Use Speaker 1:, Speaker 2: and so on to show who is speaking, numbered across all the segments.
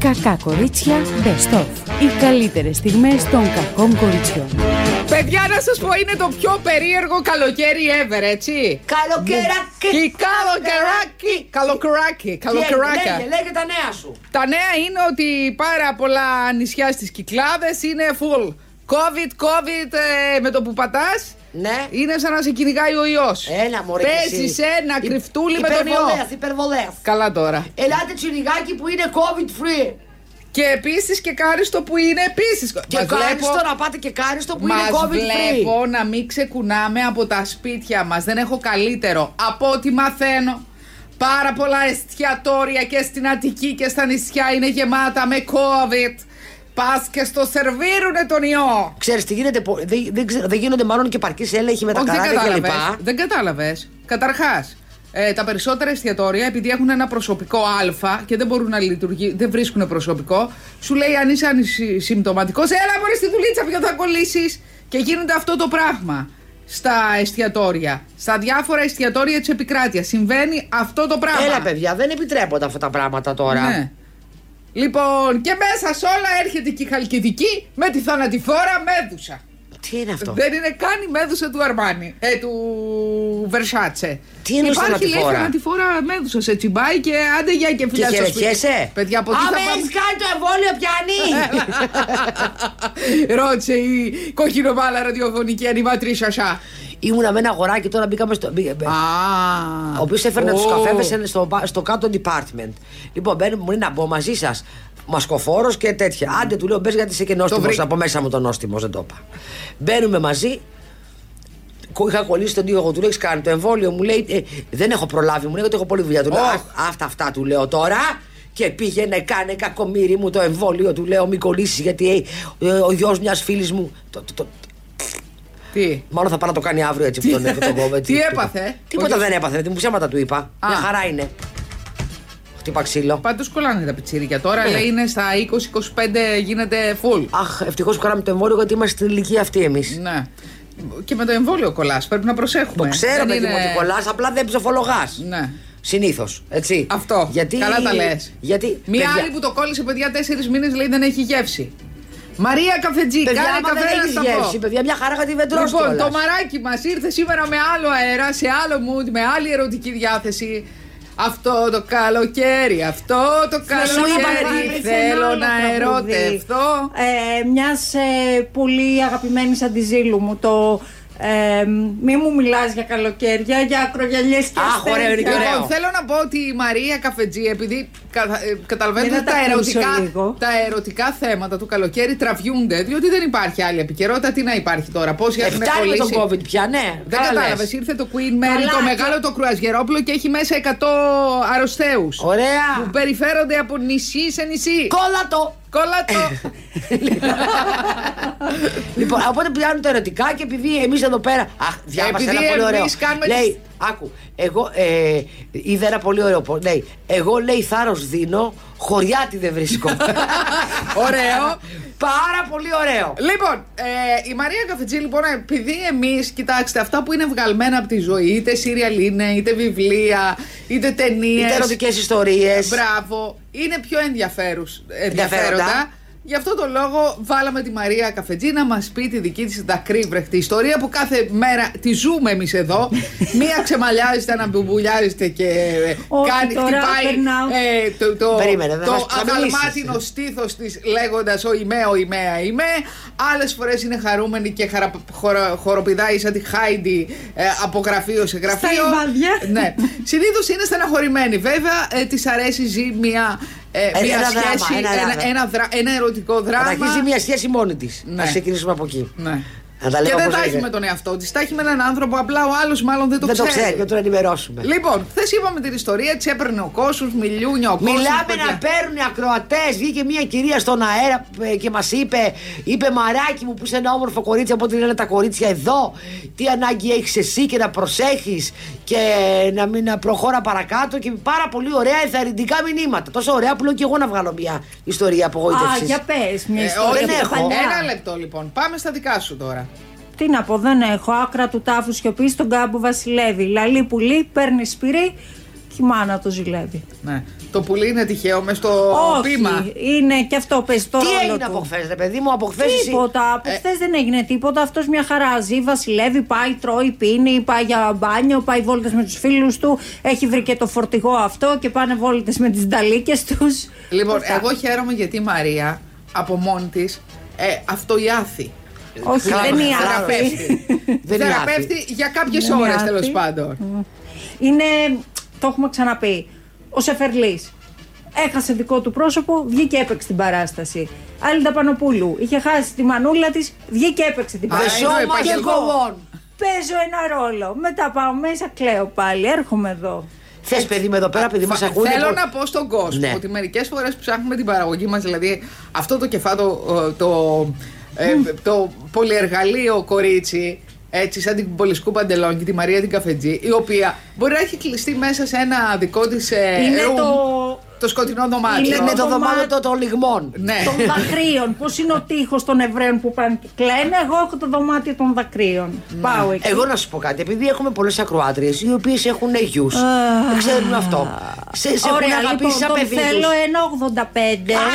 Speaker 1: Κακά κορίτσια Best of. Οι καλύτερες στιγμές των κακών κοριτσιών.
Speaker 2: Παιδιά, να σας πω, είναι το πιο περίεργο καλοκαίρι ever, έτσι.
Speaker 3: Καλοκαιράκι.
Speaker 2: Κι Ναι. καλοκαιράκι, καλοκαιράκι, καλοκαιράκια.
Speaker 3: Λέγε, λέγε τα νέα σου.
Speaker 2: Τα νέα είναι ότι πάρα πολλά νησιά στις Κυκλάδες είναι full. COVID, COVID ε, με το που πατάς.
Speaker 3: Ναι.
Speaker 2: Είναι σαν να σε κυνηγάει ο ιός.
Speaker 3: Έλα, μωρέ, κι εσύ.
Speaker 2: Παίζεις ένα κρυφτούλι με τον ιό.
Speaker 3: Υπερβολές, υπερβολές.
Speaker 2: Καλά τώρα.
Speaker 3: Ελάτε τσιριγάκι που είναι COVID free.
Speaker 2: Και επίσης και κάριστο που είναι επίσης.
Speaker 3: Και
Speaker 2: Μας
Speaker 3: κάριστο
Speaker 2: βλέπω-
Speaker 3: να πάτε και κάριστο που είναι
Speaker 2: Μας
Speaker 3: COVID free.
Speaker 2: βλέπω να μην ξεκουνάμε από τα σπίτια μας. Δεν έχω καλύτερο. Από ό,τι μαθαίνω, πάρα πολλά εστιατόρια και στην Αττική και στα νησιά είναι γεμάτα με COVID. Πας και στο σερβίρουνε τον ιό.
Speaker 3: Ξέρεις τι γίνεται, πο- δεν, δεν, ξε- δεν γίνονται μάλλον και παρκής έλεγχοι με τα
Speaker 2: Όχι, δεν
Speaker 3: καράβια κλπ.
Speaker 2: κατάλαβες. Δεν κατάλαβες. Καταρχάς, ε, τα περισσότερα εστιατόρια, επειδή έχουν ένα προσωπικό Α και δεν μπορούν να λειτουργήσουν, δεν βρίσκουν προσωπικό, σου λέει αν είσαι ανησυμπτωματικός, έλα μπορεί στη δουλίτσα πια θα κολλήσεις. Και γίνεται αυτό το πράγμα στα εστιατόρια. Στα διάφορα εστιατόρια της επικράτειας. Συμβαίνει αυτό το πράγμα.
Speaker 3: Έλα παιδιά, δεν επιτρέπονται αυτά τα πράγματα τώρα.
Speaker 2: Ναι. Λοιπόν, και μέσα σε όλα έρχεται και η Χαλκιδική με τη θανατηφόρα μέδουσα.
Speaker 3: Τι είναι αυτό.
Speaker 2: Δεν είναι καν η μέδουσα του Αρμάνι. Ε, του Βερσάτσε.
Speaker 3: Τι εννοείς
Speaker 2: Υπάρχει λέει
Speaker 3: θανατηφόρα?
Speaker 2: θανατηφόρα μέδουσα σε τσιμπάει και άντε γεια και φιλιά
Speaker 3: Και
Speaker 2: στο σπίτι.
Speaker 3: χαιρετιέσαι.
Speaker 2: Παιδιά, από τι θα
Speaker 3: Άμα
Speaker 2: πάμε.
Speaker 3: έχεις κάνει το εμβόλιο πιάνει.
Speaker 2: Ρώτησε η κοκκινοβάλα ραδιοφωνική ανηματρή σασά.
Speaker 3: Ήμουνα με ένα αγοράκι τώρα μπήκαμε στο. μπήκε- μπε- Ο οποίος έφερνε ε. του καφέδε στο, πα- στο κάτω department. Λοιπόν, μπαίνει, μου λέει να μπω μαζί σας. Μασκοφόρος και τέτοια. Άντε, του λέω μπες γιατί είσαι και νόστιμος.
Speaker 2: βρήκε.
Speaker 3: Από μέσα μου το νόστιμο, δεν το είπα. Μπαίνουμε μαζί. Κο- Είχα κολλήσει τον τοίχο, εγώ του λέω: Έχεις κάνει το εμβόλιο. Μου λέει: «Ε, Δεν έχω προλάβει, μου λέει ότι έχω πολλή δουλειά. Του λέω:
Speaker 2: Ωχ.
Speaker 3: «Αχ, Αυτά, αυτά του λέω τώρα. Και πήγαινε, κάνε κακομίρι μου το εμβόλιο. Του λέω: Μην κολλήσεις, γιατί ε, ο γιος μιας φίλης μου. Το- το- το-
Speaker 2: Τι.
Speaker 3: Μάλλον θα πάω να το κάνει αύριο έτσι που τον έχω τον κόβω, έτσι.
Speaker 2: Τι έπαθε?
Speaker 3: Τίποτα
Speaker 2: Ο
Speaker 3: δεν έπαθε, δεν μου ψέματα του είπα.
Speaker 2: Α.
Speaker 3: Μια χαρά είναι. Χτύπα ξύλο.
Speaker 2: Πάντως κολλάνε τα πιτσίρικα. Τώρα
Speaker 3: Ναι.
Speaker 2: λέει είναι στα 20-25 γίνεται full.
Speaker 3: Αχ, ευτυχώς που κάναμε το εμβόλιο γιατί είμαστε στην ηλικία αυτή εμείς.
Speaker 2: Ναι. Και με το εμβόλιο κολλάς. Πρέπει να προσέχουμε.
Speaker 3: Το ξέρω,
Speaker 2: Δεν
Speaker 3: παιδί μου,
Speaker 2: είναι-
Speaker 3: ότι κολλάς, απλά δεν ψοφολογάς.
Speaker 2: Ναι.
Speaker 3: Συνήθως. Έτσι.
Speaker 2: Αυτό.
Speaker 3: Γιατί...
Speaker 2: Καλά τα λες.
Speaker 3: Γιατί.
Speaker 2: Μία
Speaker 3: παιδιά,
Speaker 2: άλλη που το κόλλησε, παιδιά, τέσσερις μήνες λέει δεν έχει γεύση. Μαρία Καφετζή,
Speaker 3: Παιδιά,
Speaker 2: κάνε
Speaker 3: άμα
Speaker 2: καφέ
Speaker 3: δεν
Speaker 2: να
Speaker 3: έχεις
Speaker 2: στα πω.
Speaker 3: γεύση, παιδιά, μια χαρά γιατί δεν τρως
Speaker 2: Λοιπόν, το
Speaker 3: κιόλας.
Speaker 2: μαράκι μας ήρθε σήμερα με άλλο αέρα, σε άλλο mood, με άλλη ερωτική διάθεση. Αυτό το καλοκαίρι, αυτό το καλοκαίρι θέλω να ερωτευτώ.
Speaker 4: Ε, Μιας πολύ αγαπημένης αντιζήλου μου το. Ε, μη μου μιλάς για καλοκαίρια, για ακρογιαλιές και
Speaker 3: Αχ, ωραίο, είναι και
Speaker 4: αστέρια.
Speaker 3: ωραίο.
Speaker 2: Λοιπόν, θέλω να πω ότι η Μαρία Καφετζή, επειδή κατα- ε, καταλαβαίνετε
Speaker 4: Ναι,
Speaker 2: ότι
Speaker 4: να τα
Speaker 2: τα
Speaker 4: ακούσω
Speaker 2: ερωτικά,
Speaker 4: λίγο.
Speaker 2: τα ερωτικά θέματα του καλοκαίρι τραβιούνται, διότι δεν υπάρχει άλλη επικαιρότητα. Τι να υπάρχει τώρα, πόσοι
Speaker 3: Ε,
Speaker 2: έχουν
Speaker 3: Φτάνει με τον
Speaker 2: κολλήσει.
Speaker 3: COVID πια, ναι.
Speaker 2: Δεν
Speaker 3: Καλά
Speaker 2: κατάλαβε.
Speaker 3: λες.
Speaker 2: Ήρθε το Queen Mary,
Speaker 4: Καλά,
Speaker 2: το
Speaker 4: και-
Speaker 2: μεγάλο το κρουαζιερόπλο και έχει μέσα 100 αρρωστέου. Που
Speaker 3: Ωραία.
Speaker 2: περιφέρονται από νησί σε νησί.
Speaker 3: Κόλλα το.
Speaker 2: Κόλλα το.
Speaker 3: λοιπόν, οπότε πιάνουν τα ερωτικά και επειδή εμείς εδώ πέρα. Αχ, διάβασα
Speaker 2: Επειδή
Speaker 3: ένα πολύ ωραίο.
Speaker 2: εμείς κάνουμε
Speaker 3: Λέει,
Speaker 2: τις-
Speaker 3: άκου, εγώ ε, είδα ένα πολύ ωραίο. πο- Λέει, εγώ λέει θάρρος δίνω, χωριάτι δεν βρίσκω.
Speaker 2: Ωραίο.
Speaker 3: Πάρα πολύ ωραίο.
Speaker 2: Λοιπόν, ε, η Μαρία Καφετζή, λοιπόν, επειδή εμείς, κοιτάξτε, αυτά που είναι βγαλμένα από τη ζωή, είτε serial είναι, είτε βιβλία, είτε ταινίες.
Speaker 3: Είτε ερωτικές ιστορίες.
Speaker 2: Μπράβο, είναι πιο ενδιαφέρους, ενδιαφέροντα.
Speaker 3: Ενδιαφέροντα.
Speaker 2: Γι' αυτό το λόγο βάλαμε τη Μαρία Καφετζή να μας πει τη δική της δακρύβρεχτη ιστορία που κάθε μέρα τη ζούμε εμείς εδώ. Μία ξεμαλιάζεται, αναμπουμπουλιάζεται και ε,
Speaker 4: Όχι,
Speaker 2: κάνει,
Speaker 4: τώρα
Speaker 2: χτυπάει
Speaker 4: περνάω.
Speaker 2: ε, το, το,
Speaker 3: Περίμενε, δεν
Speaker 2: το
Speaker 3: μας- θα ε. μιλήσεις.
Speaker 2: αγαλμάτινο στήθος της λέγοντας ο ημέ, ο ημέ, ο ημέ. Άλλες φορές είναι χαρούμενη και χαρα, χορο- χοροπηδάει σαν τη Χάιντι ε, από γραφείο σε γραφείο.
Speaker 4: λιβάδια.
Speaker 2: Ναι. Συνήθως είναι στεναχωρημένοι. Βέβαια, ε, της αρέσει ζει μια, ε,
Speaker 3: Ένα
Speaker 2: μια
Speaker 3: δράμα,
Speaker 2: σχέση,
Speaker 3: ένα
Speaker 2: ένα,
Speaker 3: δράμα.
Speaker 2: ένα δρα- ένα ερωτικό δράμα.
Speaker 3: Καταρχήν μια σχέση μόνη της.
Speaker 2: Ναι.
Speaker 3: Να ξεκινήσουμε από εκεί.
Speaker 2: Ναι.
Speaker 3: Να τα
Speaker 2: Και
Speaker 3: λέμε
Speaker 2: δεν
Speaker 3: όπως
Speaker 2: τα έχει
Speaker 3: λέγεται.
Speaker 2: με τον εαυτό της. Τα έχει με έναν άνθρωπο. Απλά ο άλλος μάλλον δεν το
Speaker 3: Δεν το
Speaker 2: ξέρει.
Speaker 3: ξέρει, να τον ενημερώσουμε.
Speaker 2: Λοιπόν, χθες είπαμε την ιστορία, τη έπαιρνε ο κόσμο, μιλούνια ο κόσμο.
Speaker 3: Μιλάμε να παίρνουν ακροατές. Βγήκε μια κυρία στον αέρα ε, και μας είπε, είπε Μαράκι μου που είσαι ένα όμορφο κορίτσι από ό,τι λένε τα κορίτσια εδώ. Τι ανάγκη έχεις εσύ και να προσέχεις και να μην να προχώρα παρακάτω. Και πάρα πολύ ωραία εθαρρυντικά μηνύματα. Τόσο ωραία που λέω και εγώ να βγάλω μια ιστορία
Speaker 4: Α,
Speaker 3: απογοήτευση.
Speaker 4: για πες μια
Speaker 2: Ε,
Speaker 4: ιστορία
Speaker 2: όχι,
Speaker 3: δεν
Speaker 4: από
Speaker 3: έχω.
Speaker 4: παλιά.
Speaker 2: Ένα λεπτό λοιπόν. Πάμε στα δικά σου τώρα.
Speaker 4: Τι να πω, δεν έχω. Άκρα του τάφου σιωπή στον κάμπο βασιλεύει. Λαλή πουλή, παίρνεις σπυρί χυμά να το ζηλεύει.
Speaker 2: Ναι. Το πουλί είναι τυχαίο μες στο
Speaker 4: Όχι,
Speaker 2: πείμα.
Speaker 4: είναι και αυτό παίζει το
Speaker 3: Τι
Speaker 4: ρόλο
Speaker 3: έγινε
Speaker 4: του.
Speaker 3: από χθες, ρε παιδί μου, από χθες.
Speaker 4: Τίποτα. Από χθες δεν έγινε τίποτα. Αυτός μια χαρά ζει, βασιλεύει, πάει, τρώει, πίνει, πάει για μπάνιο, πάει βόλτες με τους φίλους του. Έχει βρει και το φορτηγό αυτό και πάνε βόλτες με τις νταλίκες τους.
Speaker 2: Λοιπόν, εγώ χαίρομαι γιατί η Μαρία από μόνη της ε, αυτοιάθη.
Speaker 4: Όχι,
Speaker 3: Καλά,
Speaker 4: δεν είναι
Speaker 3: καλά,
Speaker 4: άθλη.
Speaker 2: Θεραπεύτη.
Speaker 3: Δεν είναι
Speaker 2: Θεραπεύτη για κάποιες
Speaker 4: Δεν είναι
Speaker 2: ώρε
Speaker 4: άθλη.
Speaker 2: τέλος πάντων.
Speaker 4: Είναι, το έχουμε ξαναπεί, ο Σεφερλής. Έχασε δικό του πρόσωπο, βγήκε έπαιξε την παράσταση. Άλλη Πανοπούλου είχε χάσει τη μανούλα της, βγήκε έπαιξε την
Speaker 2: Α,
Speaker 4: παράσταση.
Speaker 2: εδώ
Speaker 3: Σώμα και
Speaker 2: επαγγελματικό.
Speaker 3: κοβών.
Speaker 4: Παίζω ένα ρόλο. Μετά πάω μέσα, κλαίω πάλι. Έρχομαι εδώ.
Speaker 3: Θες παιδί με εδώ πέρα, παιδί μας
Speaker 2: Φα-
Speaker 3: ακούνε.
Speaker 2: Θέλω
Speaker 3: προ-
Speaker 2: να πω στον κόσμο
Speaker 3: Ναι.
Speaker 2: ότι μερικές φορές ψάχνουμε την παραγωγή μας, δηλαδή αυτό το κεφάτο, ε, το, ε, το πολυεργαλείο κορίτσι, έτσι σαν την Πολυσκού Παντελόν και τη Μαρία την Καφετζή, η οποία μπορεί να έχει κλειστεί μέσα σε ένα δικό της
Speaker 4: Είναι
Speaker 2: room,
Speaker 4: το-
Speaker 2: το σκοτεινό δωμάτιο.
Speaker 3: Είναι το
Speaker 4: το
Speaker 3: δωμάτιο
Speaker 4: δωμάτιο
Speaker 3: των- των λιγμών.
Speaker 2: Ναι.
Speaker 4: των δακρύων. Πώς είναι ο τείχος των Εβραίων που πάνε και κλαίνε. Εγώ έχω το δωμάτιο των δακρύων. Πάω εκεί.
Speaker 3: Ναι. Εγώ να σου πω κάτι, επειδή έχουμε πολλές ακροάτριες οι οποίες έχουν γιους. Δεν ξέρουν αυτό. Σε, σε έχουν
Speaker 4: Ωραία, λοιπόν,
Speaker 3: αγαπήσει σαν
Speaker 4: τον
Speaker 3: παιδί. τους.
Speaker 4: θέλω 1,85.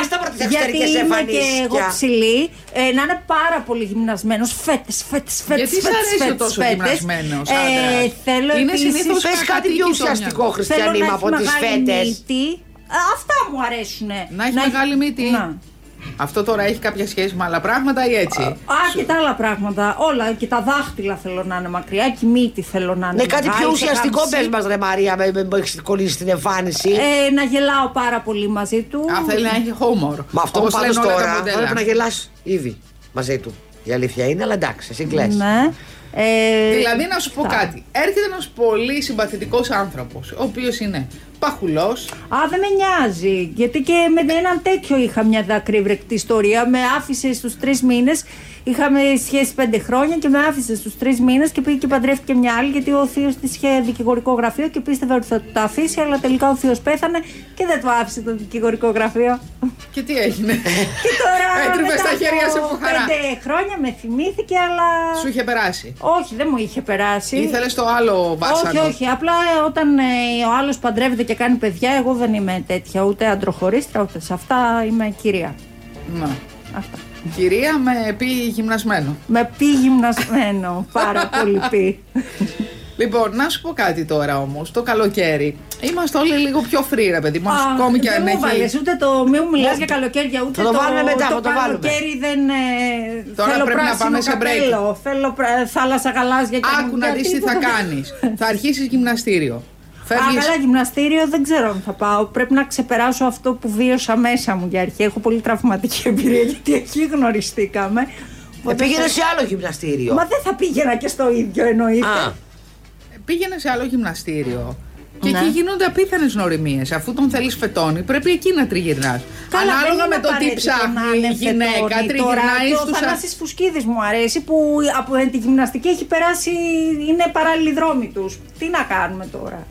Speaker 3: Άστα πρώτα τις
Speaker 4: Γιατί
Speaker 3: εξωτερικές
Speaker 4: είμαι
Speaker 3: εμφανίσεις,
Speaker 4: και εγώ
Speaker 3: πια.
Speaker 4: ψηλή. Ε, να είναι πάρα πολύ γυμνασμένος. Φέτες, φέτες, φέτες.
Speaker 2: Γιατί σ' αρέσει ο τόσο γυμνασμένος
Speaker 4: Ε,
Speaker 2: άντρας?
Speaker 4: θέλω
Speaker 2: Είναι
Speaker 4: επίσης-
Speaker 2: συνήθως
Speaker 3: Πες κάτι
Speaker 2: κατοίκητο
Speaker 3: πιο ουσιαστικό,
Speaker 2: μυαλό.
Speaker 4: Θέλω
Speaker 3: Χριστιανή,
Speaker 4: να
Speaker 3: από
Speaker 4: έχει
Speaker 3: τις
Speaker 4: μεγάλη
Speaker 3: φέτες.
Speaker 4: μύτη. Α, Αυτά μου αρέσουνε.
Speaker 2: Να έχεις μεγάλη μύτη.
Speaker 4: Να.
Speaker 2: Αυτό τώρα έχει κάποια σχέση με άλλα πράγματα ή έτσι.
Speaker 4: Α, και τα άλλα πράγματα. Όλα και τα δάχτυλα θέλω να είναι μακριά και η μύτη θέλω να είναι.
Speaker 3: Ναι, κάτι
Speaker 4: μεγάλη
Speaker 3: πιο
Speaker 4: και
Speaker 3: ουσιαστικό
Speaker 4: κάμψη.
Speaker 3: πες μας, ρε Μαρία, με, με, που έχεις κολλήσει την εμφάνιση.
Speaker 4: Ε, να γελάω πάρα πολύ μαζί του.
Speaker 2: Αν θέλει να έχει χόμορ.
Speaker 3: Μα αυτό
Speaker 2: όπως
Speaker 3: πάντως
Speaker 2: λένε όλα τα
Speaker 3: τώρα
Speaker 2: μοντέλα.
Speaker 3: πρέπει να γελάς ήδη μαζί του. Η αλήθεια είναι, αλλά εντάξει, εσύ κλαις.
Speaker 4: Ναι. Ε,
Speaker 2: Δηλαδή να σου πω
Speaker 4: αυτά.
Speaker 2: κάτι. Έρχεται ένας πολύ συμπαθητικός άνθρωπος, ο οποίος είναι παχουλό.
Speaker 4: Α, δεν με νοιάζει. Γιατί και με έναν τέτοιο είχα μια δακρύβρεκτη ιστορία. Με άφησε στους τρεις μήνες. Είχαμε σχέση πέντε χρόνια και με άφησε στους τρεις μήνες και πήγε και παντρεύτηκε μια άλλη. Γιατί ο θείος της είχε δικηγορικό γραφείο και πίστευε ότι θα του τα αφήσει. Αλλά τελικά ο θείος πέθανε και δεν του άφησε το δικηγορικό γραφείο.
Speaker 2: Και τι έγινε.
Speaker 4: Ε, Και τώρα.
Speaker 2: Έτριβε
Speaker 4: μετά
Speaker 2: Ε, στα χέρια
Speaker 4: από
Speaker 2: σου από χαρά.
Speaker 4: Πέντε χρόνια με θυμήθηκε, αλλά.
Speaker 2: Σου είχε περάσει.
Speaker 4: Όχι, δεν μου είχε περάσει.
Speaker 2: Ήθελες το άλλο
Speaker 4: Όχι,
Speaker 2: βάσανο.
Speaker 4: όχι. Απλά ε, όταν ε, ο άλλος παντρεύεται και κάνει παιδιά, εγώ δεν είμαι τέτοια. Ούτε αντροχωρίστρα, ούτε σε αυτά είμαι κυρία.
Speaker 2: Να.
Speaker 4: Αυτά.
Speaker 2: Κυρία με πει γυμνασμένο.
Speaker 4: Με πει γυμνασμένο. Πάρα πολύ πει.
Speaker 2: Λοιπόν, να σου πω κάτι τώρα όμως. Το καλοκαίρι είμαστε όλοι λίγο πιο free, ρε παιδί μου. Ακόμη και
Speaker 4: δεν
Speaker 2: αν
Speaker 4: μου βάλες
Speaker 2: έχει.
Speaker 4: ούτε το μη μου μιλάς για καλοκαίρια ούτε
Speaker 3: Θα το βάλουμε μετά,
Speaker 4: το
Speaker 3: θα το βάλουμε.
Speaker 4: καλοκαίρι δεν ε,
Speaker 2: Τώρα
Speaker 4: θέλω
Speaker 2: πρέπει να
Speaker 4: πράσινο
Speaker 2: πάμε σε break.
Speaker 4: καπέλο, θέλω πρα- θάλασσα γαλάζια και
Speaker 2: Άκου να δεις τι θα κάνεις. θα αρχίσεις γυμναστήριο. Φεύγεις-
Speaker 4: Α, καλά, γυμναστήριο δεν ξέρω αν θα πάω. Πρέπει να ξεπεράσω αυτό που βίωσα μέσα μου για αρχή. Έχω πολύ τραυματική εμπειρία γιατί εκεί γνωριστήκαμε.
Speaker 3: Ε,
Speaker 4: Οπότε
Speaker 3: πήγαινε
Speaker 4: θα-
Speaker 3: σε άλλο γυμναστήριο.
Speaker 4: Μα δεν θα πήγαινα και στο ίδιο εννοείται.
Speaker 3: Α,
Speaker 2: πήγαινε σε άλλο γυμναστήριο. Και
Speaker 4: Ναι.
Speaker 2: εκεί γίνονται απίθανες νοημίε. Αφού τον θέλεις φετόνι, πρέπει εκεί να τριγυρνάς.
Speaker 4: Καλά,
Speaker 2: Ανάλογα
Speaker 4: δεν είναι
Speaker 2: με το τι
Speaker 4: απαραίτητο να
Speaker 2: ψάχνει η
Speaker 4: είναι
Speaker 2: γυναίκα,
Speaker 4: φετόνι
Speaker 2: τριγυρνάει
Speaker 4: Τώρα, και ο
Speaker 2: στους
Speaker 4: Θανάσης Φουσκίδης μου αρέσει που από ε, τη γυμναστική έχει περάσει, είναι παράλληλοι δρόμοι τους. Τι να κάνουμε τώρα.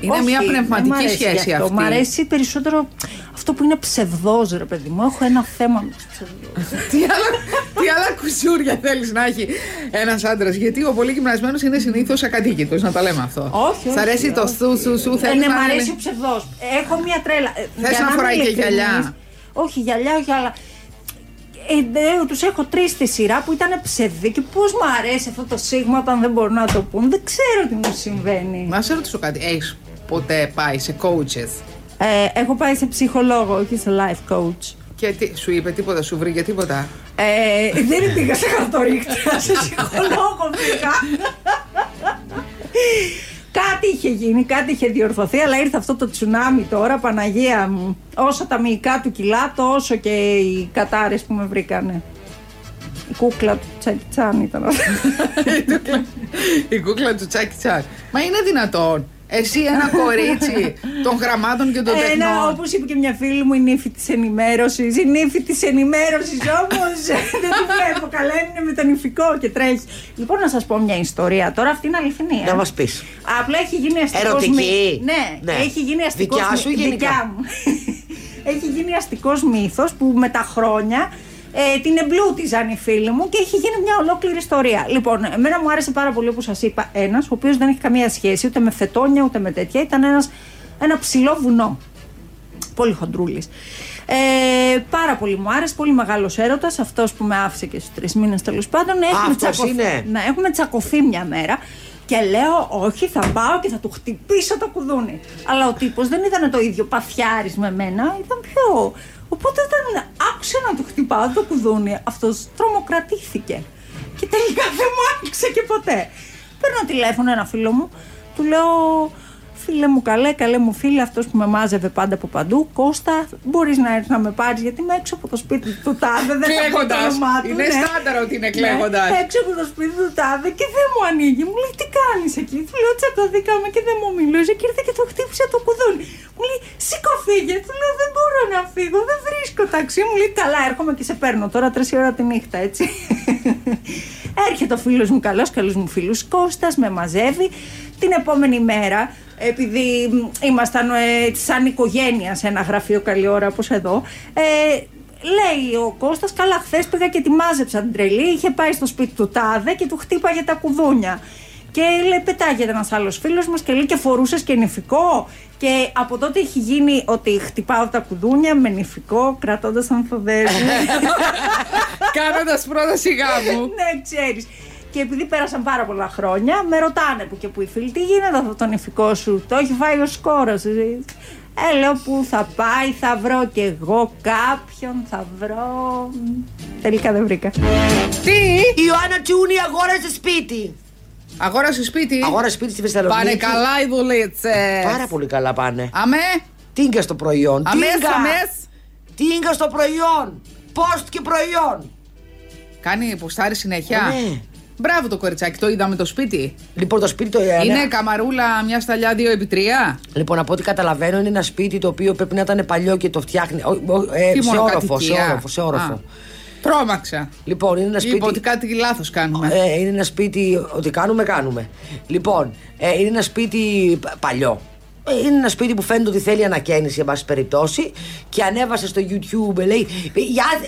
Speaker 2: Είναι
Speaker 4: Όχι,
Speaker 2: μια
Speaker 4: δεν μ'
Speaker 2: πνευματική
Speaker 4: αρέσει γι'
Speaker 2: σχέση
Speaker 4: αυτό.
Speaker 2: αυτή.
Speaker 4: Μ' αρέσει περισσότερο αυτό που είναι ψευδός ρε παιδί μου. Έχω ένα θέμα με τους ψευδούς.
Speaker 2: τι, άλλα, τι άλλα κουτσούρια θέλεις να έχει ένας άντρας. Γιατί ο πολύ γυμνασμένος είναι συνήθως ακατοίκητος, να τα λέμε αυτό.
Speaker 4: Όχι,
Speaker 2: Σ'
Speaker 4: όχι,
Speaker 2: αρέσει το
Speaker 4: όχι.
Speaker 2: σου, σου, σου.
Speaker 4: Ε,
Speaker 2: θέλεις
Speaker 4: ναι,
Speaker 2: να
Speaker 4: μ' αρέσει ο
Speaker 2: είναι-
Speaker 4: ψευδός. Έχω μια τρέλα. Ε,
Speaker 2: Θες
Speaker 4: για
Speaker 2: να
Speaker 4: είμαι
Speaker 2: φοράει και
Speaker 4: ειλικρινής,
Speaker 2: γυαλιά.
Speaker 4: Όχι, γυαλιά, όχι, αλλά. Ε, τους έχω τρεις στη σειρά που ήταν ψευδοί και πώς μ' αρέσει αυτό το σίγμα όταν δεν μπορούν να το πούν. Δεν ξέρω τι μου συμβαίνει.
Speaker 2: Να σε ρωτήσω κάτι. Έχεις ποτέ πάει σε coaches
Speaker 4: Ε, έχω πάει σε ψυχολόγο, όχι σε life coach.
Speaker 2: και τι, σου είπε τίποτα, σου βρήκε τίποτα.
Speaker 4: Ε, δεν πήγα σε χαρτορύχτρια, σε ψυχολόγο πήγα. κάτι είχε γίνει, κάτι είχε διορθωθεί, αλλά ήρθε αυτό το τσουνάμι τώρα, Παναγία μου. Όσο τα μυϊκά του κιλά, τόσο και οι κατάρες που με βρήκανε. Η κούκλα του Τσακιτσάν ήταν αυτό.
Speaker 2: Η κούκλα του Τσάκι Τσάκ. Μα είναι δυνατόν. Εσύ ένα κορίτσι των γραμμάτων και των
Speaker 4: Ένα,
Speaker 2: τεχνών.
Speaker 4: όπως Ε, είπε και μια φίλη μου, η νύφη της ενημέρωσης. Η νύφη της ενημέρωσης όμως δεν τη βλέπω καλά, είναι μετανυφικό και τρέχει. Λοιπόν, να σας πω μια ιστορία τώρα, αυτή είναι αληθινή. ε.
Speaker 3: να μας πεις.
Speaker 4: Απλά έχει γίνει αστικός.
Speaker 3: Ερωτική.
Speaker 4: Ναι,
Speaker 3: Ναι.
Speaker 4: έχει γίνει αστικός.
Speaker 3: Δικιά σου ή γενικά?
Speaker 4: Δικιά μου. έχει γίνει αστικός μύθος που με τα χρόνια Ε, την εμπλούτιζαν οι φίλοι μου και είχε γίνει μια ολόκληρη ιστορία. Λοιπόν, εμένα μου άρεσε πάρα πολύ, όπως σας είπα, ένας, ο οποίος δεν έχει καμία σχέση ούτε με φετόνια ούτε με τέτοια. Ήταν ένας, ένα ψηλό βουνό. Πολύ χοντρούλη. Ε, πάρα πολύ μου άρεσε, πολύ μεγάλος έρωτας. Αυτός που με άφησε και στους τρεις μήνες τέλος πάντων. Έχουμε
Speaker 3: αυτός είναι?
Speaker 4: Ναι, έχουμε τσακωθεί μια μέρα. Και λέω, Όχι, θα πάω και θα του χτυπήσω το κουδούνι. Αλλά ο τύπος δεν ήταν το ίδιο παθιάρης με μένα, ήταν πιο. Οπότε όταν άκουσε να του χτυπάω το κουδούνι, αυτός τρομοκρατήθηκε. Και τελικά δεν μου άκουσε και ποτέ. Παίρνω τηλέφωνο ένα φίλο μου, του λέω. Φίλε μου, καλέ, καλέ μου φίλε, αυτός που με μάζευε πάντα από παντού, Κώστα, μπορείς να έρθεις να με πάρεις, γιατί είμαι έξω από το σπίτι του Τάδε. Δεν θα πω το
Speaker 2: Κλαίγοντας.
Speaker 4: όνομά του.
Speaker 2: Είναι
Speaker 4: ναι.
Speaker 2: στάνταρ ότι είναι κλαίγοντας.
Speaker 4: Ναι, έξω από το σπίτι του τάδε και δεν μου ανοίγει. Μου λέει τι κάνεις εκεί. Του λέω τσακωθήκαμε και δεν μου μιλούσε και ήρθε και το χτύπησε το κουδούνι. Μου λέει σήκω φύγε. Του λέω δεν μπορώ να φύγω, δεν βρίσκω ταξί. Μου λέει καλά, έρχομαι και σε παίρνω τώρα τρεις ώρα τη νύχτα, έτσι. Έρχεται ο φίλος μου, καλός καλό μου φίλο Κώστας, με μαζεύει. Την επόμενη μέρα, επειδή μ, ήμασταν ε, έτσι σαν οικογένεια σε ένα γραφείο καλή ώρα όπως εδώ, ε, Λέει ο Κώστας, καλά χθες πήγα και τη μάζεψα την τρελή, είχε πάει στο σπίτι του τάδε και του χτύπαγε τα κουδούνια. Και λέει, πετάγεται ένας άλλος φίλος μας και λέει και φορούσες και νηφικό. Και από τότε έχει γίνει ότι χτυπάω τα κουδούνια με νηφικό, κρατώντας ανθοδέσμη.
Speaker 2: Κάνοντας πρόταση γάμου.
Speaker 4: ναι, ξέρεις. Και επειδή πέρασαν πάρα πολλά χρόνια, με ρωτάνε που και που οι φίλοι, τι γίνεται αυτό το νηφικό σου, το έχει φάει ο σκόρος. Ε, λέω που θα πάει, θα βρω κι εγώ κάποιον, θα βρω. Τελικά δεν βρήκα.
Speaker 2: Τι!
Speaker 3: Η Ιωάννα Τσιούνη αγόρασε σπίτι.
Speaker 2: Αγόρασε σπίτι.
Speaker 3: Αγόρασε σπίτι στη Θεσσαλονίκη.
Speaker 2: Πάνε καλά οι δουλίτσε.
Speaker 3: Πάρα πολύ καλά πάνε.
Speaker 2: Αμέ!
Speaker 3: Τίνκα στο προϊόν.
Speaker 2: Αμές,
Speaker 3: Τίνκα.
Speaker 2: αμέ!
Speaker 3: Τίνκα στο προϊόν. Post και προϊόν.
Speaker 2: Κάνει ποστάρι συνέχεια.
Speaker 3: Ναι.
Speaker 2: Μπράβο το κοριτσάκι, το είδαμε το σπίτι.
Speaker 3: Λοιπόν, το σπίτι το Ιωάννα-
Speaker 2: Είναι καμαρούλα μια σταλιά 2 επί 3.
Speaker 3: Λοιπόν, από ό,τι καταλαβαίνω, είναι ένα σπίτι το οποίο πρέπει να ήταν παλιό και το φτιάχνει. Ο, ο- ε,
Speaker 2: Τι
Speaker 3: σε όροφο, σε
Speaker 2: μονοκατοικία.
Speaker 3: όροφο, σε όροφο.
Speaker 2: Α. Τρόμαξα.
Speaker 3: Λοιπόν, είναι ένα
Speaker 2: Είπα ότι
Speaker 3: σπίτι.
Speaker 2: κάτι λάθος κάνουμε.
Speaker 3: Ε, είναι ένα σπίτι. Ότι κάνουμε, κάνουμε. Λοιπόν, ε, είναι ένα σπίτι πα- παλιό. Ε, Είναι ένα σπίτι που φαίνεται ότι θέλει ανακαίνιση, εν πάση περιπτώσει. Και ανέβασε στο YouTube, λέει. «Για δε-»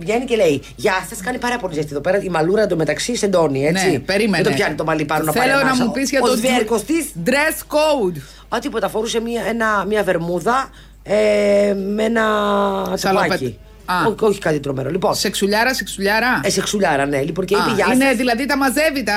Speaker 3: Βγαίνει και λέει: Γεια σας, κάνει πάρα πολύ ζέστη εδώ πέρα. Η μαλούρα εντωμεταξύ σεντώνει, έτσι.
Speaker 2: Ναι, περίμενε.
Speaker 3: Δεν το πιάνει το μαλλί πάνω να
Speaker 2: Θέλω να μου πεις για το
Speaker 3: Ο διαρκωστής
Speaker 2: dress code.
Speaker 3: Α, τίποτα. Φορούσε μία, ένα, μία βερμούδα ε, με ένα
Speaker 2: Σαλοπέτι.
Speaker 3: τσαπάκι.
Speaker 2: Α.
Speaker 3: Όχι, όχι κάτι τρομερό. Λοιπόν,
Speaker 2: Σεξουλιάρα, σεξουλιάρα.
Speaker 3: ε, σε ξουλάρα, ναι. Λοιπόν, και είπε
Speaker 2: Α,
Speaker 3: Γεια σας».
Speaker 2: είναι δηλαδή τα μαζεύει τα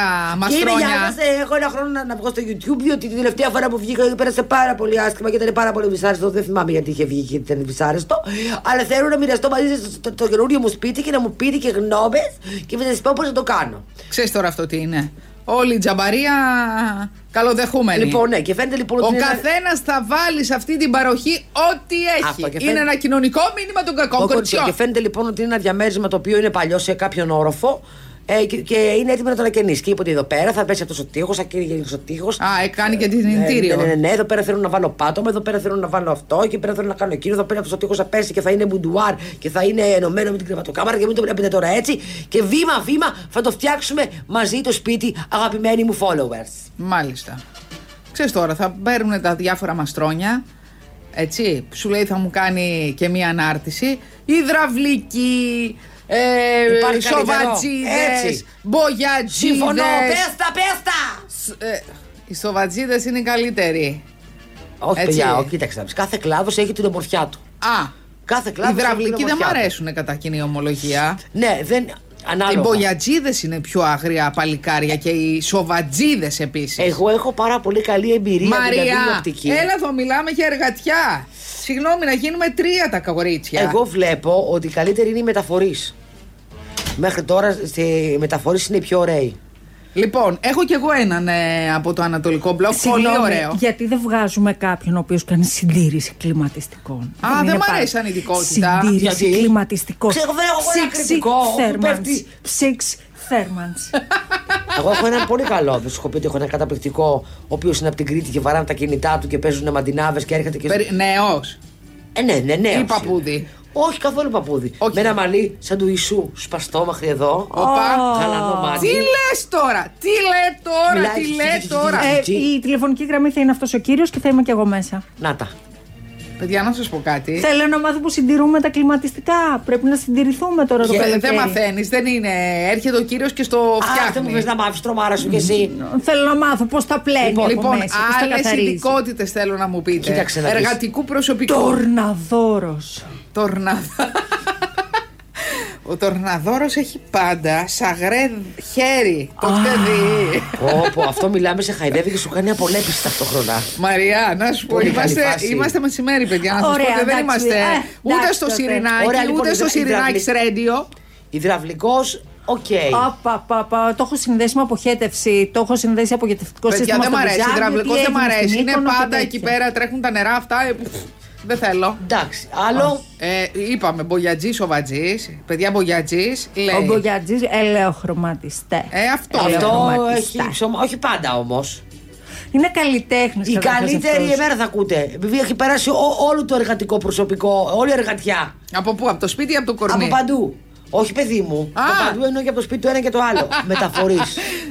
Speaker 3: Και είπε Γεια
Speaker 2: μαστρόνια.
Speaker 3: σας, ε, έχω ένα χρόνο να, να βγω στο YouTube, διότι την τελευταία φορά που βγήκα πέρασε πάρα πολύ άσχημα και ήταν πάρα πολύ δυσάρεστο. Δεν θυμάμαι γιατί είχε βγει και ήταν δυσάρεστο. Αλλά θέλω να μοιραστώ μαζί σας το, το καινούριο μου σπίτι και να μου πείτε και γνώμες και θα σας πω πώς θα το κάνω.
Speaker 2: Ξέρεις τώρα αυτό τι είναι. Όλη η τζαμπαρία καλοδεχούμενη.
Speaker 3: Λοιπόν, ναι, και φαίνεται λοιπόν
Speaker 2: Ο
Speaker 3: ότι. είναι ένα-
Speaker 2: καθένας θα βάλει σε αυτή την παροχή ό,τι έχει.
Speaker 3: Αυτό και
Speaker 2: Είναι
Speaker 3: φαίνεται-
Speaker 2: ένα κοινωνικό μήνυμα των κακών
Speaker 3: Ο κοριτσιών. Και
Speaker 2: κοριτσιών.
Speaker 3: φαίνεται λοιπόν ότι είναι ένα διαμέρισμα το οποίο είναι παλιό σε κάποιον όροφο ε, και, και είναι έτοιμο να το ανακαινήσει. Και είπε ότι εδώ πέρα θα πέσει αυτός ο τείχος, θα κυριγεννήσει ο τείχος.
Speaker 2: Α, ε, κάνει και την
Speaker 3: ναι, ναι, ναι,
Speaker 2: εντύριο.
Speaker 3: ναι, εδώ πέρα θέλω να βάλω πάτωμα, εδώ πέρα θέλω να βάλω αυτό, εκεί πέρα θέλω να κάνω εκείνο, εδώ πέρα αυτός ο τείχος θα πέσει και θα είναι μπουντουάρ και θα είναι ενωμένο με την κρεβατοκάμαρα και μην το βλέπετε τώρα έτσι. Και βήμα-βήμα θα το φτιάξουμε μαζί το σπίτι, αγαπημένοι μου followers.
Speaker 2: Μάλιστα. Ξέρεις τώρα, θα παίρνουν τα διάφορα μαστρόνια. Έτσι, που σου λέει θα μου κάνει και μία ανάρτηση. Υδραυλική, ε,
Speaker 3: Υπάρχει καλύτερο.
Speaker 2: σοβατζίδες,
Speaker 3: Έτσι.
Speaker 2: μπογιατζίδες.
Speaker 3: Συμφωνώ, πέστα, πέστα!
Speaker 2: Σ- ε, οι σοβατζίδες είναι οι καλύτεροι.
Speaker 3: Όχι,
Speaker 2: Έτσι.
Speaker 3: παιδιά, ο, κοίταξε να δεις, Κάθε κλάδος έχει την ομορφιά του.
Speaker 2: Α,
Speaker 3: Κάθε
Speaker 2: Οι
Speaker 3: κλάδο.
Speaker 2: υδραυλικοί δεν μ' αρέσουν κατά κοινή ομολογία.
Speaker 3: Ναι, δεν.
Speaker 2: Οι
Speaker 3: Ανάλογα.
Speaker 2: μπογιατζίδες είναι πιο άγρια παλικάρια και οι σοβατζίδες επίσης.
Speaker 3: Εγώ έχω πάρα πολύ καλή εμπειρία με την
Speaker 2: Μαρία,
Speaker 3: οπτική.
Speaker 2: έλα εδώ, μιλάμε για εργατιά. Συγγνώμη, να γίνουμε τρία τα κορίτσια.
Speaker 3: Εγώ βλέπω ότι η καλύτερη είναι η μεταφορή. Μέχρι τώρα η μεταφορή είναι η πιο ωραία.
Speaker 2: Λοιπόν, έχω κι εγώ έναν ε, από το Ανατολικό μπλοκ. Πολύ ωραίο.
Speaker 4: γιατί δεν βγάζουμε κάποιον ο οποίος κάνει συντήρηση κλιματιστικών.
Speaker 2: Α,
Speaker 4: είναι
Speaker 2: δεν μ'
Speaker 4: πάρα-
Speaker 2: αρέσει σαν ειδικότητα.
Speaker 4: Συντήρηση
Speaker 3: Γιατί?
Speaker 4: κλιματιστικών.
Speaker 3: Ξέρω, δεν έχω ένα κριτικό, όπου πέφτει.
Speaker 4: Ψήξ θέρμανση.
Speaker 3: Εγώ έχω έναν πολύ καλό. Δεν σου έχω πει ότι έχω ένα καταπληκτικό, ο οποίος είναι από την Κρήτη και βαράνε τα κινητά του και παίζουν μαντινάβε και έρχεται και.
Speaker 2: Περι... Νεό.
Speaker 3: Ε, ναι, ναι, ναι.
Speaker 2: Ή
Speaker 3: όχι.
Speaker 2: παππούδι.
Speaker 3: Όχι, καθόλου παππούδι.
Speaker 2: Όχι.
Speaker 3: Με ένα μαλλί σαν του Ισού, σπαστόμαχνη εδώ.
Speaker 2: Οπα.
Speaker 3: Γαλανό
Speaker 2: Τι
Speaker 3: μάτι.
Speaker 2: λες τώρα, τι λε τώρα,
Speaker 3: Μιλάει,
Speaker 2: τι
Speaker 3: χι, χι, χι,
Speaker 2: λε
Speaker 3: χι,
Speaker 2: τώρα.
Speaker 3: χι.
Speaker 4: ε, η τηλεφωνική γραμμή θα είναι αυτός ο κύριος και θα είμαι κι εγώ μέσα.
Speaker 3: Να τα.
Speaker 2: Παιδιά, να σας πω κάτι.
Speaker 4: Θέλω να μάθω που συντηρούμε τα κλιματιστικά. Πρέπει να συντηρηθούμε τώρα το
Speaker 2: Και
Speaker 4: καλοκαίρι.
Speaker 2: δεν μαθαίνεις, δεν είναι. Έρχεται ο κύριος και στο
Speaker 3: Άρα δεν μου
Speaker 2: φτιάχνει.
Speaker 3: πες να μάθεις τρομάρα σου κι εσύ.
Speaker 4: Θέλω να μάθω πώς τα πλένει από
Speaker 2: Λοιπόν,
Speaker 4: μέσα, πώς τα
Speaker 2: άλλες
Speaker 4: καθαρίζει.
Speaker 2: ειδικότητες θέλω να μου πείτε.
Speaker 3: Κοίταξε να δεις.
Speaker 2: Εργατικού προσωπικού.
Speaker 4: Τορναδόρος.
Speaker 2: Τορναδά. Ο τορναδόρος έχει πάντα σαγρέ χέρι. Το παιδί.
Speaker 3: Όπω αυτό μιλάμε σε χαϊδεύει και σου κάνει απολέπιση ταυτόχρονα.
Speaker 2: Μαριά, να σου πω,
Speaker 3: Πολύ καλή
Speaker 2: είμαστε,
Speaker 3: φάση.
Speaker 2: είμαστε μεσημέρι, παιδιά. Να σας πω
Speaker 4: Ωραία,
Speaker 2: ότι δεν
Speaker 4: εντάξει,
Speaker 2: είμαστε
Speaker 4: ε,
Speaker 2: ούτε
Speaker 4: εντάξει
Speaker 2: στο
Speaker 4: τότε.
Speaker 2: Σιρινάκι,
Speaker 3: Ωραία, λοιπόν,
Speaker 2: ούτε στο
Speaker 3: η δρα- η
Speaker 2: Σιρινάκι Radio.
Speaker 3: Ιδραυλικό, οκ.
Speaker 2: Ε.
Speaker 4: Πα, πα, πα. Το έχω συνδέσει με αποχέτευση. Το έχω συνδέσει απογοητευτικό
Speaker 2: Παιδιά,
Speaker 4: σύστημα.
Speaker 2: δεν μ'
Speaker 4: στο
Speaker 2: αρέσει.
Speaker 4: Μπιζάνι,
Speaker 2: Υδραυλικός
Speaker 4: τι
Speaker 2: δεν μ'
Speaker 4: έγινε στην
Speaker 2: αρέσει. Είναι
Speaker 4: Μύκονο και
Speaker 2: πάντα
Speaker 4: τέτοια.
Speaker 2: εκεί πέρα, τρέχουν τα νερά αυτά. ε, πφ, Δεν θέλω.
Speaker 3: Εντάξει, άλλο.
Speaker 2: Ε, είπαμε, μπογιατζής, σοβατζή. Παιδιά, μπογιατζής
Speaker 4: Ο
Speaker 2: λέει.
Speaker 4: Μπογιατζή ελαιοχρωματιστέ.
Speaker 2: Ε, αυτό.
Speaker 3: Αυτό
Speaker 4: Ελαιοχρωματιστά.
Speaker 3: έχει ψωμα. Όχι πάντα όμως.
Speaker 4: Είναι καλλιτέχνης.
Speaker 3: Η καλύτερη εμέρα θα ακούτε. Επειδή έχει περάσει ό- όλο το εργατικό προσωπικό, όλη η εργατιά.
Speaker 2: Από πού, από το σπίτι ή από το
Speaker 3: Από
Speaker 2: κορμί.
Speaker 3: παντού. Όχι, παιδί μου.
Speaker 2: Α.
Speaker 3: Από παντού εννοώ και από το σπίτι του ένα και το άλλο. Μεταφορείς.